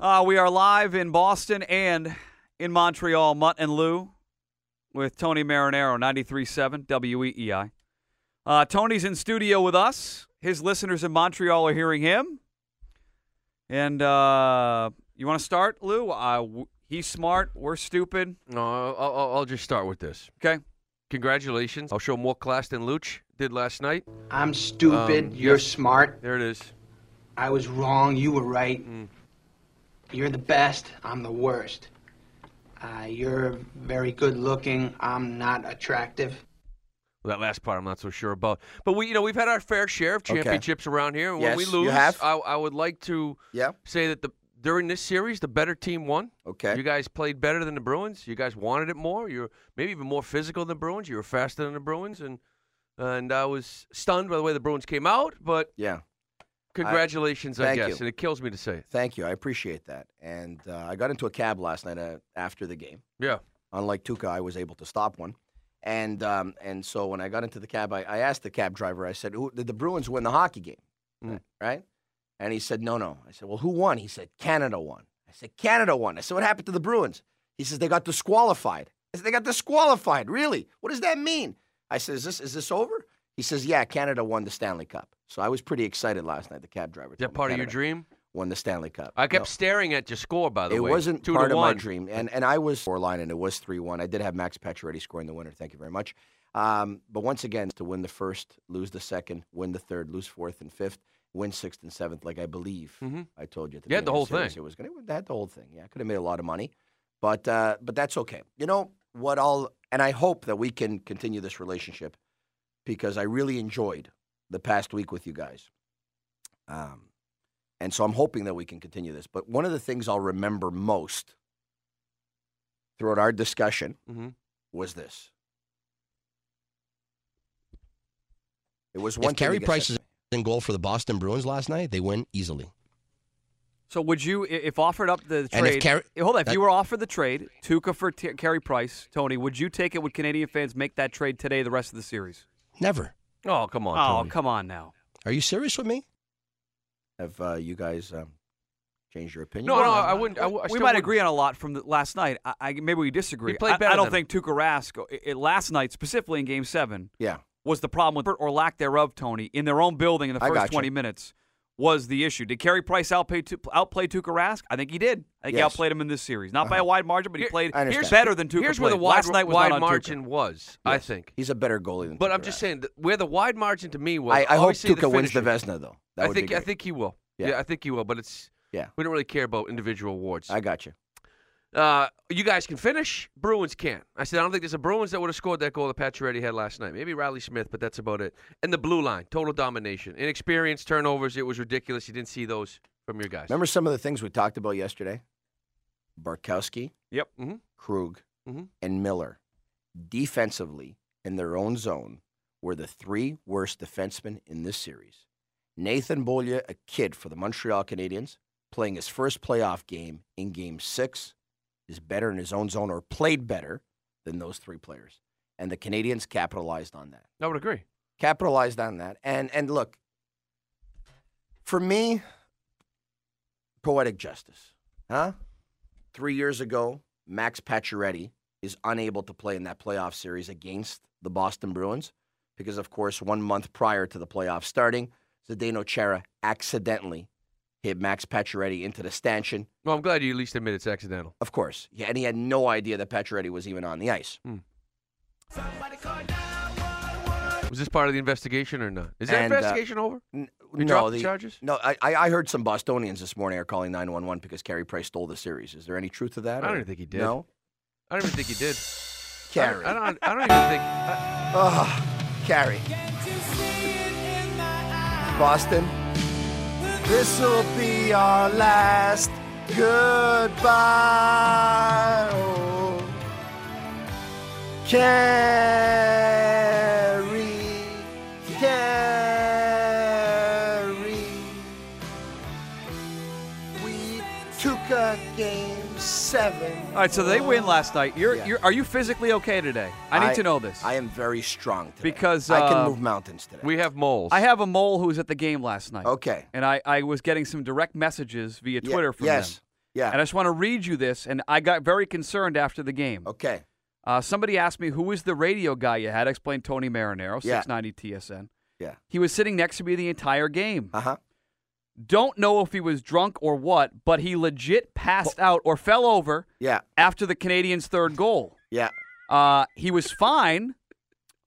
Uh, we are live in Boston and in Montreal, Mutt and Lou with Tony Marinero, 93.7 WEEI. E Uh, Tony's in studio with us. His listeners in Montreal are hearing him. And uh, you want to start, Lou? Uh, w- he's smart. We're stupid. No, I'll, I'll, I'll just start with this. Okay. Congratulations. I'll show more class than Luch did last night. I'm stupid. Um, you're yes. smart. There it is. I was wrong. You were right. Mm. You're the best. I'm the worst. Uh, you're very good looking. I'm not attractive. Well, that last part I'm not so sure about. But we, you know, we've had our fair share of championships around here. When Yes, we you lose, have. I, I would like to Yeah. say that the during this series, the better team won. Okay. You guys played better than the Bruins. You guys wanted it more. You're maybe even more physical than the Bruins. You were faster than the Bruins, and and I was stunned by the way the Bruins came out. But yeah. congratulations, I, thank guess, you. and it kills me to say it. Thank you. I appreciate that. And uh, I got into a cab last night uh, after the game. Yeah. Unlike Tuca, I was able to stop one. And um, and so when I got into the cab, I, I asked the cab driver. I said, "Who did the Bruins win the hockey game?" Mm. Right? And he said, "No, no." I said, "Well, who won?" He said, "Canada won." I said, "Canada won." I said, "What happened to the Bruins?" He says, "They got disqualified." I said, "They got disqualified. Really? What does that mean?" I said, "Is this is this over?" He says, "Yeah, Canada won the Stanley Cup." So I was pretty excited last night. The cab driver. Is that told me part of your Canada dream? Won the Stanley Cup. I kept No. staring at your score, by the It way. wasn't two part to of one. my dream, and and I was four line, and it was three one. I did have Max Pacioretty scoring the winner. Thank you very much. Um, but once again, to win the first, lose the second, win the third, lose fourth and fifth, win sixth and seventh, like I believe Mhm. I told you. At the You had the beginning of whole series thing. It was gonna I had the whole thing. Yeah, I could have made a lot of money, but uh, but that's okay. You know what? I'll and I hope that we can continue this relationship because I really enjoyed the past week with you guys. Um, and so I'm hoping that we can continue this. But one of the things I'll remember most throughout our discussion hmm was this. It was one If Carey Carrie Price is in goal for the Boston Bruins last night, they win easily. So would you, i- if offered up the And if trade? Carey- eh, hold on. If that- you were offered the trade, Tuca for T- Carey Price, Tony, would you take it? Would Canadian fans make that trade today? The rest of the series? Never. Oh, come on. Oh, Tony. come on now. Are you serious with me? Have uh, you guys um, changed your opinion? No, on no, that? I wouldn't. I, wou- I we still might wouldn't. agree on a lot from the, last night. I, I, maybe we disagree. He played I- better I, don't than think Tuukka Rask i- i- last night, specifically in Game Seven, Yeah. was the problem with or lack thereof. Tony in their own building in the I first gotcha. twenty minutes was the issue. Did Carey Price outplay Tu- outplay Tuukka Rask? I think he did. I think he Yes. Uh-huh. outplayed him in this series, not by a wide margin, but he Here- played I understand. better than Tuukka Here's where played. the wide, last night was wide not on Tuukka. margin was, I Yes. think. He's a better goalie than But Tuukka I'm just Rask. saying that where the wide margin to me was. I, I hope obviously Tuca wins the finisher. Vesna, though. That I would think be I great. think he will. Yeah. Yeah. I think he will. But it's Yeah. we don't really care about individual awards. I got you. uh, you guys can finish. Bruins can't. I said I don't think there's a Bruins that would have scored that goal that Pacioretty had last night. Maybe Riley Smith, but that's about it. And the blue line, total domination, inexperience, turnovers. It was ridiculous. You didn't see those from your guys. Remember some of the things we talked about yesterday? Barkowski, Yep. Mhm. Krug, Mhm. and Miller, defensively in their own zone, were the three worst defensemen in this series. Nathan Bolya, a kid for the Montreal Canadiens, playing his first playoff game in Game Six, is better in his own zone or played better than those three players, and the Canadians capitalized on that I would agree. capitalized on that. And and look, for me, poetic justice, huh? Three years ago, Max Pacioretty is unable to play in that playoff series against the Boston Bruins because, of course, one month prior to the playoff starting, Zdeno Chara accidentally hit Max Pacioretty into the stanchion. Well, I'm glad you at least admit it's accidental. Of course, yeah, and he had no idea that Pacioretty was even on the ice. Was this part of the investigation or not? Is that And, uh, investigation over? N- They no, dropped the the- charges? No, I, I I heard some Bostonians this morning are calling 911 because Carey Price stole the series. Is there any truth to that? I or- don't think he did. No, I don't even think he did. Carey. I, I don't. I don't even think. uh, Ugh, Carey. Boston. This will be our last goodbye. Oh, Carey, Carey. We took a game seven. All right, so they Oh. win last night. You're, Yeah. you're are you physically okay today? I need to know this. I am very strong today. Because, I uh, can move mountains today. We have moles. I have a mole who was at the game last night. Okay. And I, I was getting some direct messages via Ye- Twitter from yes. them. Yeah. And I just want to read you this, and I got very concerned after the game. Okay. Uh, somebody asked me, who is the radio guy you had? I explained Tony Marinero, Yeah. 690 TSN. Yeah. He was sitting next to me the entire game. Uh huh. Don't know if he was drunk or what, but he legit passed out or fell over Yeah. after the Canadians' third goal. Yeah. Uh, he was fine,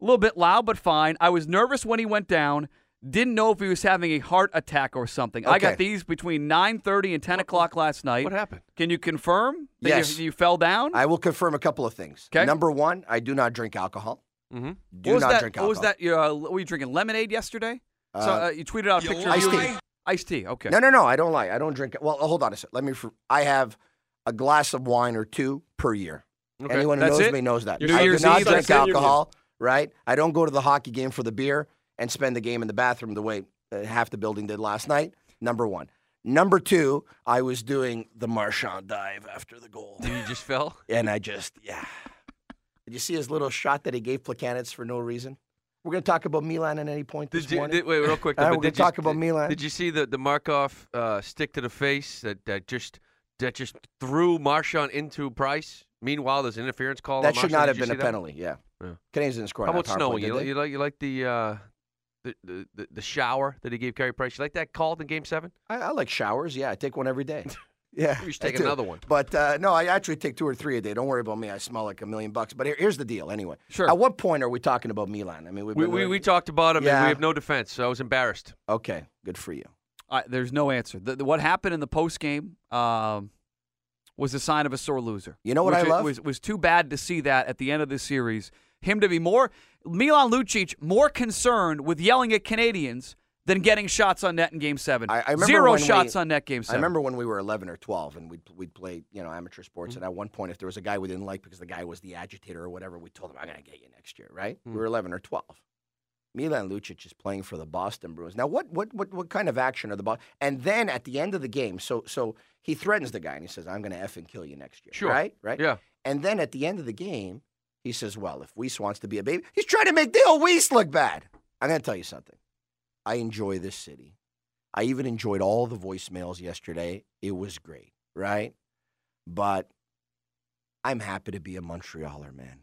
a little bit loud, but fine. I was nervous when he went down. Didn't know if he was having a heart attack or something. I got Okay. these between 9:30 and 10 o'clock last night. What happened? Can you confirm that you- Yes. you, fell down? I will confirm a couple of things. 'Kay. Number one, I do not drink alcohol. Mm-hmm. Do what was not that? drink what alcohol. was that? You, uh, were you drinking lemonade yesterday? so Uh, uh, you tweeted out a picture iced of you. tea. Iced tea. Okay. No, no, no. I don't lie. I don't drink. Well, uh, hold on a sec. Let me. fr- I have a glass of wine or two per year. Okay. Anyone who That's knows it? me knows that. Your I New do Year's not Eve, drink that's it? alcohol, right? I don't go to the hockey game for the beer and spend the game in the bathroom the way uh, half the building did last night. Number one. Number two, I was doing the Marchand dive after the goal, You just fell. and I just yeah. Did you see his little shot that he gave Placanitz for no reason? We're going to talk about Milan at any point this Did you, morning. did, wait, real quick. All right, but we're gonna did you- talk about did- Milan. Did you see the the Markov uh, stick to the face that that just that just threw Marshawn into Price? Meanwhile, there's an interference call. on that should Marshawn. not oh, Did have you been a see that? penalty. Yeah. Yeah. Canadians didn't score. How on that about power Snowy? play, did You, li- you they? like you like the, uh, the, the the the shower that he gave Carey Price? You like that called in Game Seven? I, I like showers. Yeah, I take one every day. Yeah, You should I take do. another one. But uh, no, I actually take two or three a day. Don't worry about me. I smell like a million bucks. But here, here's the deal, anyway. Sure. At what point are we talking about Milan? I mean, we've We, been- we, we talked about him, and Yeah. we have no defense, so I was embarrassed. Okay, good for you. All right, there's no answer. The, the- what happened in the post game um, was a sign of a sore loser. You know what which I it love? Was, was too bad to see that at the end of the series. Him to be more Milan Lucic more concerned with yelling at Canadians than getting shots on net in Game Seven. I- I remember Zero when shots we- on net Game I Seven. Mm-hmm. remember when we were 11 or 12 and we'd, we'd play, you know, amateur sports. And at one point, if there was a guy we didn't like because the guy was the agitator or whatever, we told him, I'm going to get you next year, right? Mm. We were 11 or 12. Milan Lucic is playing for the Boston Bruins. Now, what, what, what, what kind of action are the Boston? And then at the end of the game, so, so he threatens the guy and he says, I'm going to F and kill you next year. Sure. Right? Right? Yeah. And then at the end of the game, he says, Well, if Weiss wants to be a baby, he's trying to make Dale Weiss look bad. I'm going to tell you something. I enjoy this city. I even enjoyed all the voicemails yesterday. It was great, right? But I'm happy to be a Montrealer, man.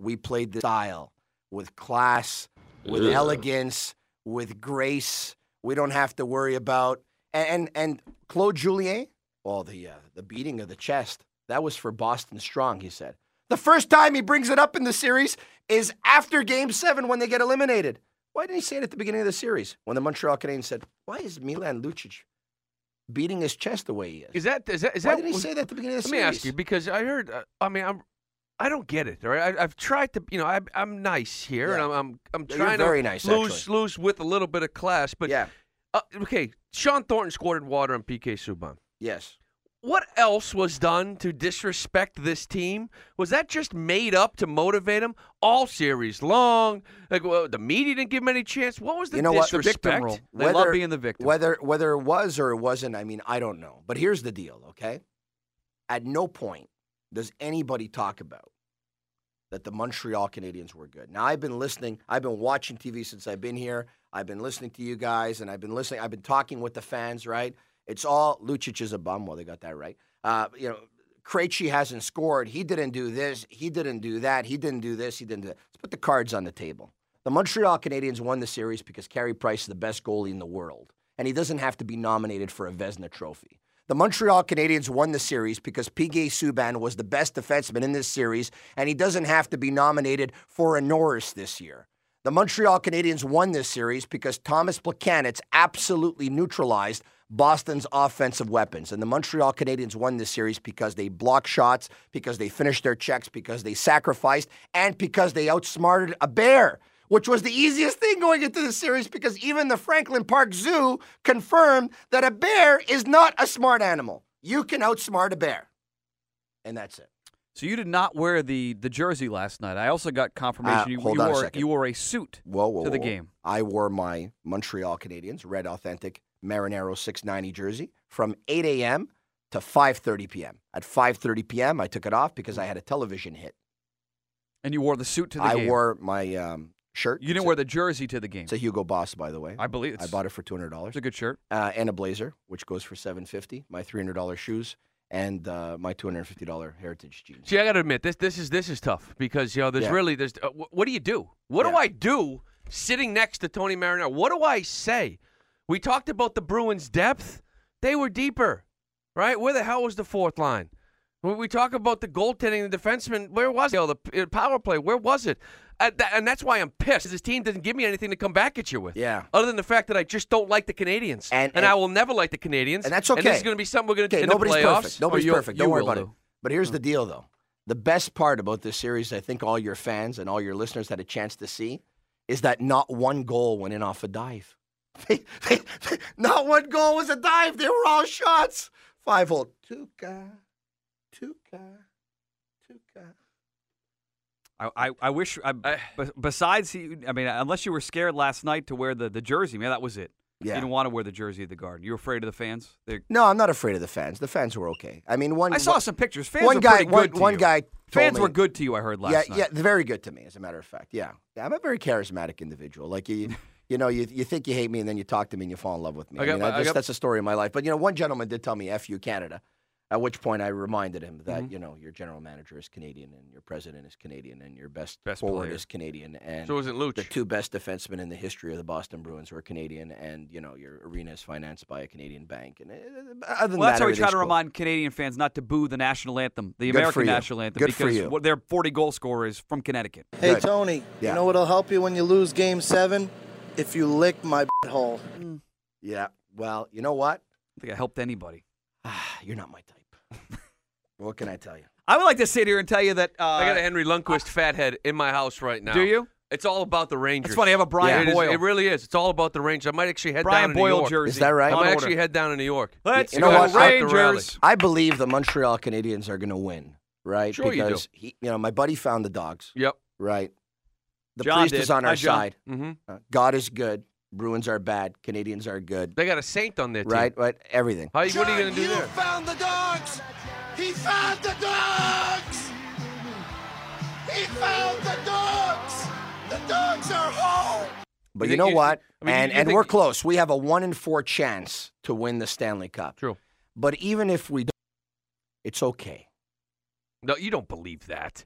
We played the style with class, with elegance, with grace. We don't have to worry about and and, and Claude Julien. Well, the uh, the beating of the chest that was for Boston Strong. He said the first time he brings it up in the series is after Game Seven when they get eliminated. Why didn't he say it at the beginning of the series when the Montreal Canadiens said, "Why is Milan Lucic beating his chest the way he is?" Is that is that is Why that? did he was- say that at the beginning of the Let me series? ask you because I heard. Uh, I mean, I'm. I don't get it. All right, I, I've tried to. You know, I, I'm nice here, and Yeah. I'm. I'm, I'm Yeah, you're trying very to nice, loose actually. loose with a little bit of class, but yeah. Uh, okay, Sean Thornton squirted water on PK Subban. Yes. What else was done to disrespect this team? Was that just made up to motivate him all series long? Like well, the media didn't give him any chance. What was the You know what? The the disrespect? victim role. They love being the victim. Whether whether it was or it wasn't, I mean, I don't know. But here's the deal, okay? At no point does anybody talk about that the Montreal Canadiens were good. Now I've been listening, I've been watching TV since I've been here. I've been listening to you guys and I've been listening, I've been talking with the fans, right? It's all Lucic is a bum. Well, they got that right. Uh, you know, Krejci hasn't scored. He didn't do this. He didn't do that. He didn't do this. He didn't do that. Let's put the cards on the table. The Montreal Canadiens won the series because Carey Price is the best goalie in the world, and he doesn't have to be nominated for a Vesna trophy. The Montreal Canadiens won the series because PK Subban was the best defenseman in this series, and he doesn't have to be nominated for a Norris this year. The Montreal Canadiens won this series because Thomas Placanitz absolutely neutralized Boston's offensive weapons. And the Montreal Canadiens won this series because they blocked shots, because they finished their checks, because they sacrificed, and because they outsmarted a bear, which was the easiest thing going into the series because even the Franklin Park Zoo confirmed that a bear is not a smart animal. You can outsmart a bear. And that's it. so you did not wear the the jersey last night. I also got confirmation Uh, you, hold you on a wore second. you wore a suit whoa, whoa, to the whoa, whoa. game. I wore my Montreal Canadiens red authentic Marinero 690 jersey from 8 a.m. to 5:30 p.m. At 5:30 p.m., I took it off because I had a television hit. And you wore the suit to the I game. wore my um, shirt. you didn't It's a- wear the jersey to the game. It's a Hugo Boss, by the way. I believe it's, I bought it for two hundred dollars it's a good shirt. uh, and a blazer, which goes for seven fifty. My three hundred dollars shoes and uh, my two hundred fifty dollar heritage jeans. See, I got to admit this. This is this is tough because you know there's Yeah. really there's uh, wh- what do you do? What do Yeah. I do sitting next to Tony Marinaro? What do I say? We talked about the Bruins' depth. They were deeper, right? Where the hell was the fourth line? When we talk about the goaltending, and the defenseman, where was it? Oh, The p- uh, power play, where was it? Uh, tha- and that's why I'm pissed. This team doesn't give me anything to come back at you with. Yeah. Other than the fact that I just don't like the Canadians, And- and- I will never like the Canadians, And that's And this okay. is going to be something we're going to do Okay, in nobody's the playoffs. Oh, perfect. Nobody's you'll- perfect. you Don't worry will, about it. though. But here's the deal, though. The best part about this series, I think all your fans and all your listeners had a chance to see, is that not one goal went in off a dive. not one goal was a dive. They were all shots. Five hole. Tuca, Tuca, Tuca. I, I, I wish, I, I- be- besides, he, I mean, unless you were scared last night to wear the, the jersey, man, that was it. Yeah. You didn't want to wear the jersey of the Garden. You were afraid of the fans. They're, No, I'm not afraid of the fans. The fans were okay. I mean, one. I saw one- some pictures. Fans one were guy- pretty one- good to one you. guy told Fans me- were good to you. I heard last yeah, night. Yeah, they're very good to me, as a matter of fact. Yeah. Yeah, I'm a very charismatic individual. Like you, you know, you, you think you hate me, and then you talk to me, and you fall in love with me. I I got mean, my- I I just- got- that's a story of my life. But you know, one gentleman did tell me "F you, Canada," at which point I reminded him that Mm-hmm. you know your general manager is Canadian, and your president is Canadian, and your best, Best forward player. is Canadian, and So it wasn't Luch. the two best defensemen in the history of the Boston Bruins were Canadian, and you know your arena is financed by a Canadian bank. And uh, other than Well, that's that, how we try everything's to cool. remind Canadian fans not to boo the national anthem, the Good for American you. national anthem, Good for because you. what their 40 goal scorer is from Connecticut. Hey, Good. Tony, Yeah. you know what'll help you when you lose game seven? If you lick my butthole. Yeah. Well, you know what? I think I helped anybody. You're not my type. what can I tell you? I would like to sit here and tell you that. Uh, I got a Henry Lundqvist fathead in my house right now. Do you? It's all about the Rangers. It's funny. I have a Brian it is- Boyle. it really is. It's all about the Rangers. I might actually head Brian down to New Boyle York. jersey. Is that right? I on might order. actually head down to New York. Let's You know go what? Start the rally. Rangers. I believe the Montreal Canadiens are going to win, right? Sure you do. because He, you know, my buddy found the dogs, Yep. right? The John priest did. is on our Hi, John. side. hmm Uh, God is good. Bruins are bad. Canadians are good. They got a saint on their team. Right? Right? Everything. How, you- what are you going to do there? found the dogs! He found the dogs! He found the dogs! The dogs are home! But You you, think know you- what? I mean, you- and you and think- we're close. We have a one in four chance to win the Stanley Cup. True. But even if we don't, it's okay. No, you don't believe that.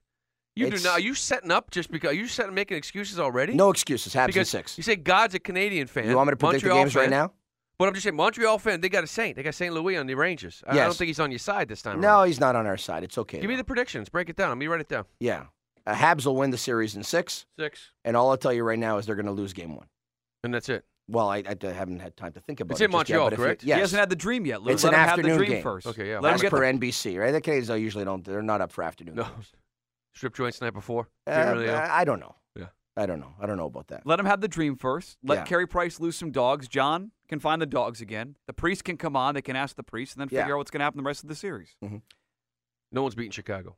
You It's- do not. Are you setting up just because? Are you setting, making excuses already? No excuses. Habs in Because six. you say God's a Canadian fan. You want me to predict Montreal the games fan, right now? But I'm just saying, Montreal fan, they got a saint. They got St. Louis on the Rangers. I, I don't Yes. think he's on your side this time. No, around. he's not on our side. It's okay. Give me though. the predictions. Break it down. Let me write it down. yeah. Uh, Habs will win the series in six. Six. And all I'll tell you right now is they're going to lose game one. And that's it. Well, I, I haven't had time to think about It's it. in just yet, Montreal, but if you- correct? He He Yes. hasn't had the dream yet, Lou. It's Let him an have the afternoon dream game. first. Okay, yeah. Let him As get per the- NBC, right? The Canadians uh, usually don't. They're not up for afternoon. No. games. Strip joint sniper four. Uh, Can't really help. I don't know. Yeah. I don't know. I don't know about that. Let him have the dream first. Let Yeah. Carey Price lose some dogs. John can find the dogs again. The priest can come on. They can ask the priest and then Yeah. figure out what's going to happen the rest of the series. No one's beating Chicago.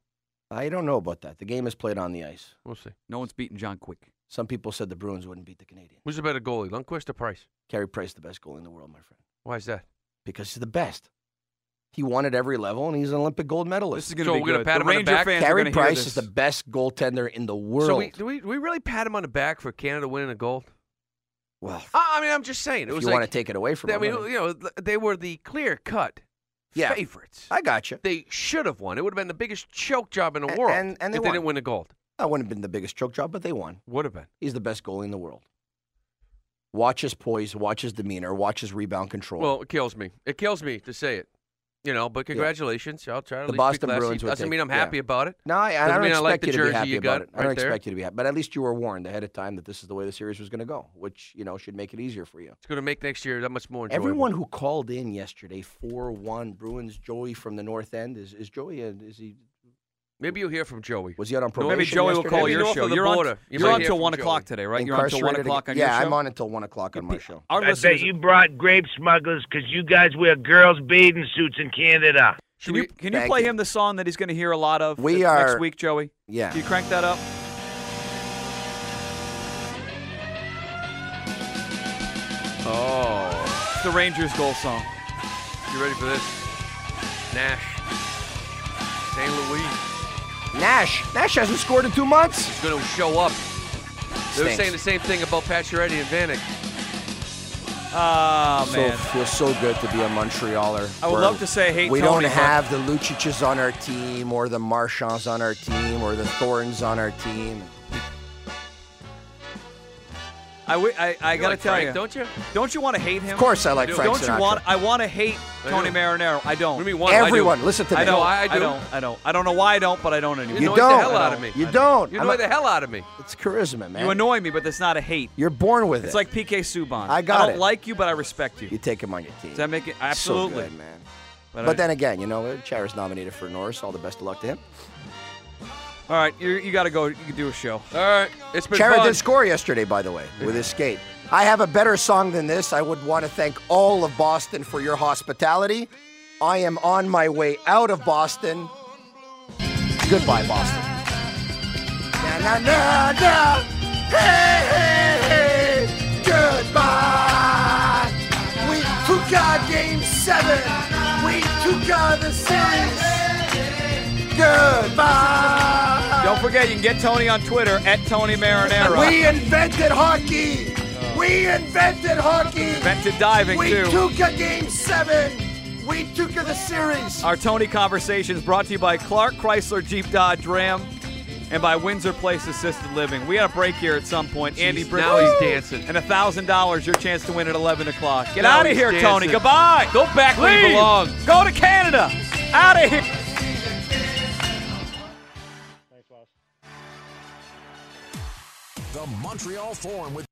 I don't know about that. The game is played on the ice. We'll see. No one's beating John Quick. Some people said the Bruins wouldn't beat the Canadians. Who's the better goalie, Lundqvist or Price? Carey Price, the best goalie in the world, my friend, Why is that? because he's the best. He won at every level, and he's an Olympic gold This medalist. is going to So be we're gonna good. pat the him on the Ranger back? fans are Carey gonna hear Price is the this. best goaltender in the So world. we, do we do we really pat him on the back for Canada winning a gold? well, I, I mean, I'm just saying. It if you was want like to take it away from I him, mean, I mean- you know, th- they were the clear cut Yeah. favorites. I got you. They should have won. It would have been the biggest choke job in the A- world and- and they if they won. didn't win a gold. That wouldn't have been the biggest choke job, but they won. Would have been. He's the best goalie in the world. Watch his poise, watch his demeanor, watch his rebound control. Well, it kills me. It kills me to say it. You know, but congratulations. I'll try to The at least be Boston classy. Bruins would Doesn't take- mean I'm yeah. happy about it. no, I, I Doesn't don't mean I expect like the you to be jersey happy you about got it. I don't right there. expect you to be happy, but at least you were warned ahead of time that this is the way the series was going to go, which you know should make it easier for you. It's going to make next year that much more enjoyable. Everyone who called in yesterday, four-one Bruins. Joey from the North End is is Joey? uh, Is he Maybe you'll hear from Joey. was he out on No, probation? maybe Maybe Joey will yesterday? call Maybe your north show. of the You're on, border. You you're might on hear till from 1 o'clock Joey. today, right? You're on till 1 Incarcerated o'clock on again. Yeah, your show? I'm on until one o'clock on my show. Our I bet listeners- you brought grape smugglers because you guys wear girls' bathing suits in Canada. Can you, can you Thank play you. him the song that he's going to hear a lot of We th- next are- week, Joey? Yeah. Can you crank that up? Oh, It's the Rangers goal song. you ready for this? Nash, St. Louis Nash. Nash hasn't scored in two months. is going to show up. They were Stinks. saying the same thing about Pacioretty and Vanek. Ah, so man. it feels so good to be a Montrealer. I would We're- love to say I hate We Tony, don't but- have the Luciches on our team, or the Marchands on our team, or the Thorns on our team. I, wi- I, I gotta like tell Frank, you, don't you? don't you want to hate him? Of course, uh, I like do. Frank don't Sinatra. you want? I want to hate I Tony do. Marinero. I don't. What do you mean, one? I do. Everyone, listen to I me. don't. No, I- I do. not I don't. I don't know why I don't, but I don't anymore. You annoys don't. the hell out of me. You don't. You I'm annoy a- the hell out of me. It's charisma, man. You annoy me, but that's not a hate. You're born with it. It's like PK Subban. I got I don't it. like you, but I respect you. you take him on your team. Does that make it So absolutely? good, man. But, But, I- then again, you know, Chara's nominated for Norris. All the best of luck to him. all right, you, you got to go. You can do a show. All right, it's been Chara fun. did score yesterday, by the way, with his skate. I have a better song than this. I would want to thank all of Boston for your hospitality. I am on my way out of Boston. Goodbye, Boston. Na, na, na, na. Hey, hey, hey. Goodbye. We took our game seven. We took our the series. Goodbye. Don't forget, you can get Tony on Twitter at Tony Marinero. We invented hockey. We invented hockey. Oh. Invented diving we too. took a game seven. We took a the series. Our Tony Conversations brought to you by Clark Chrysler Jeep Dodge Ram and by Windsor Place Assisted Living. We got a break here at some point. Andy Jeez, Brick. now he's dancing. And $1,000, your chance to win at 11 o'clock. Get Now out of he's here, dancing. Tony. Goodbye. Go back where you Leave. belong. Go to Canada. Out of here. The Montreal Forum with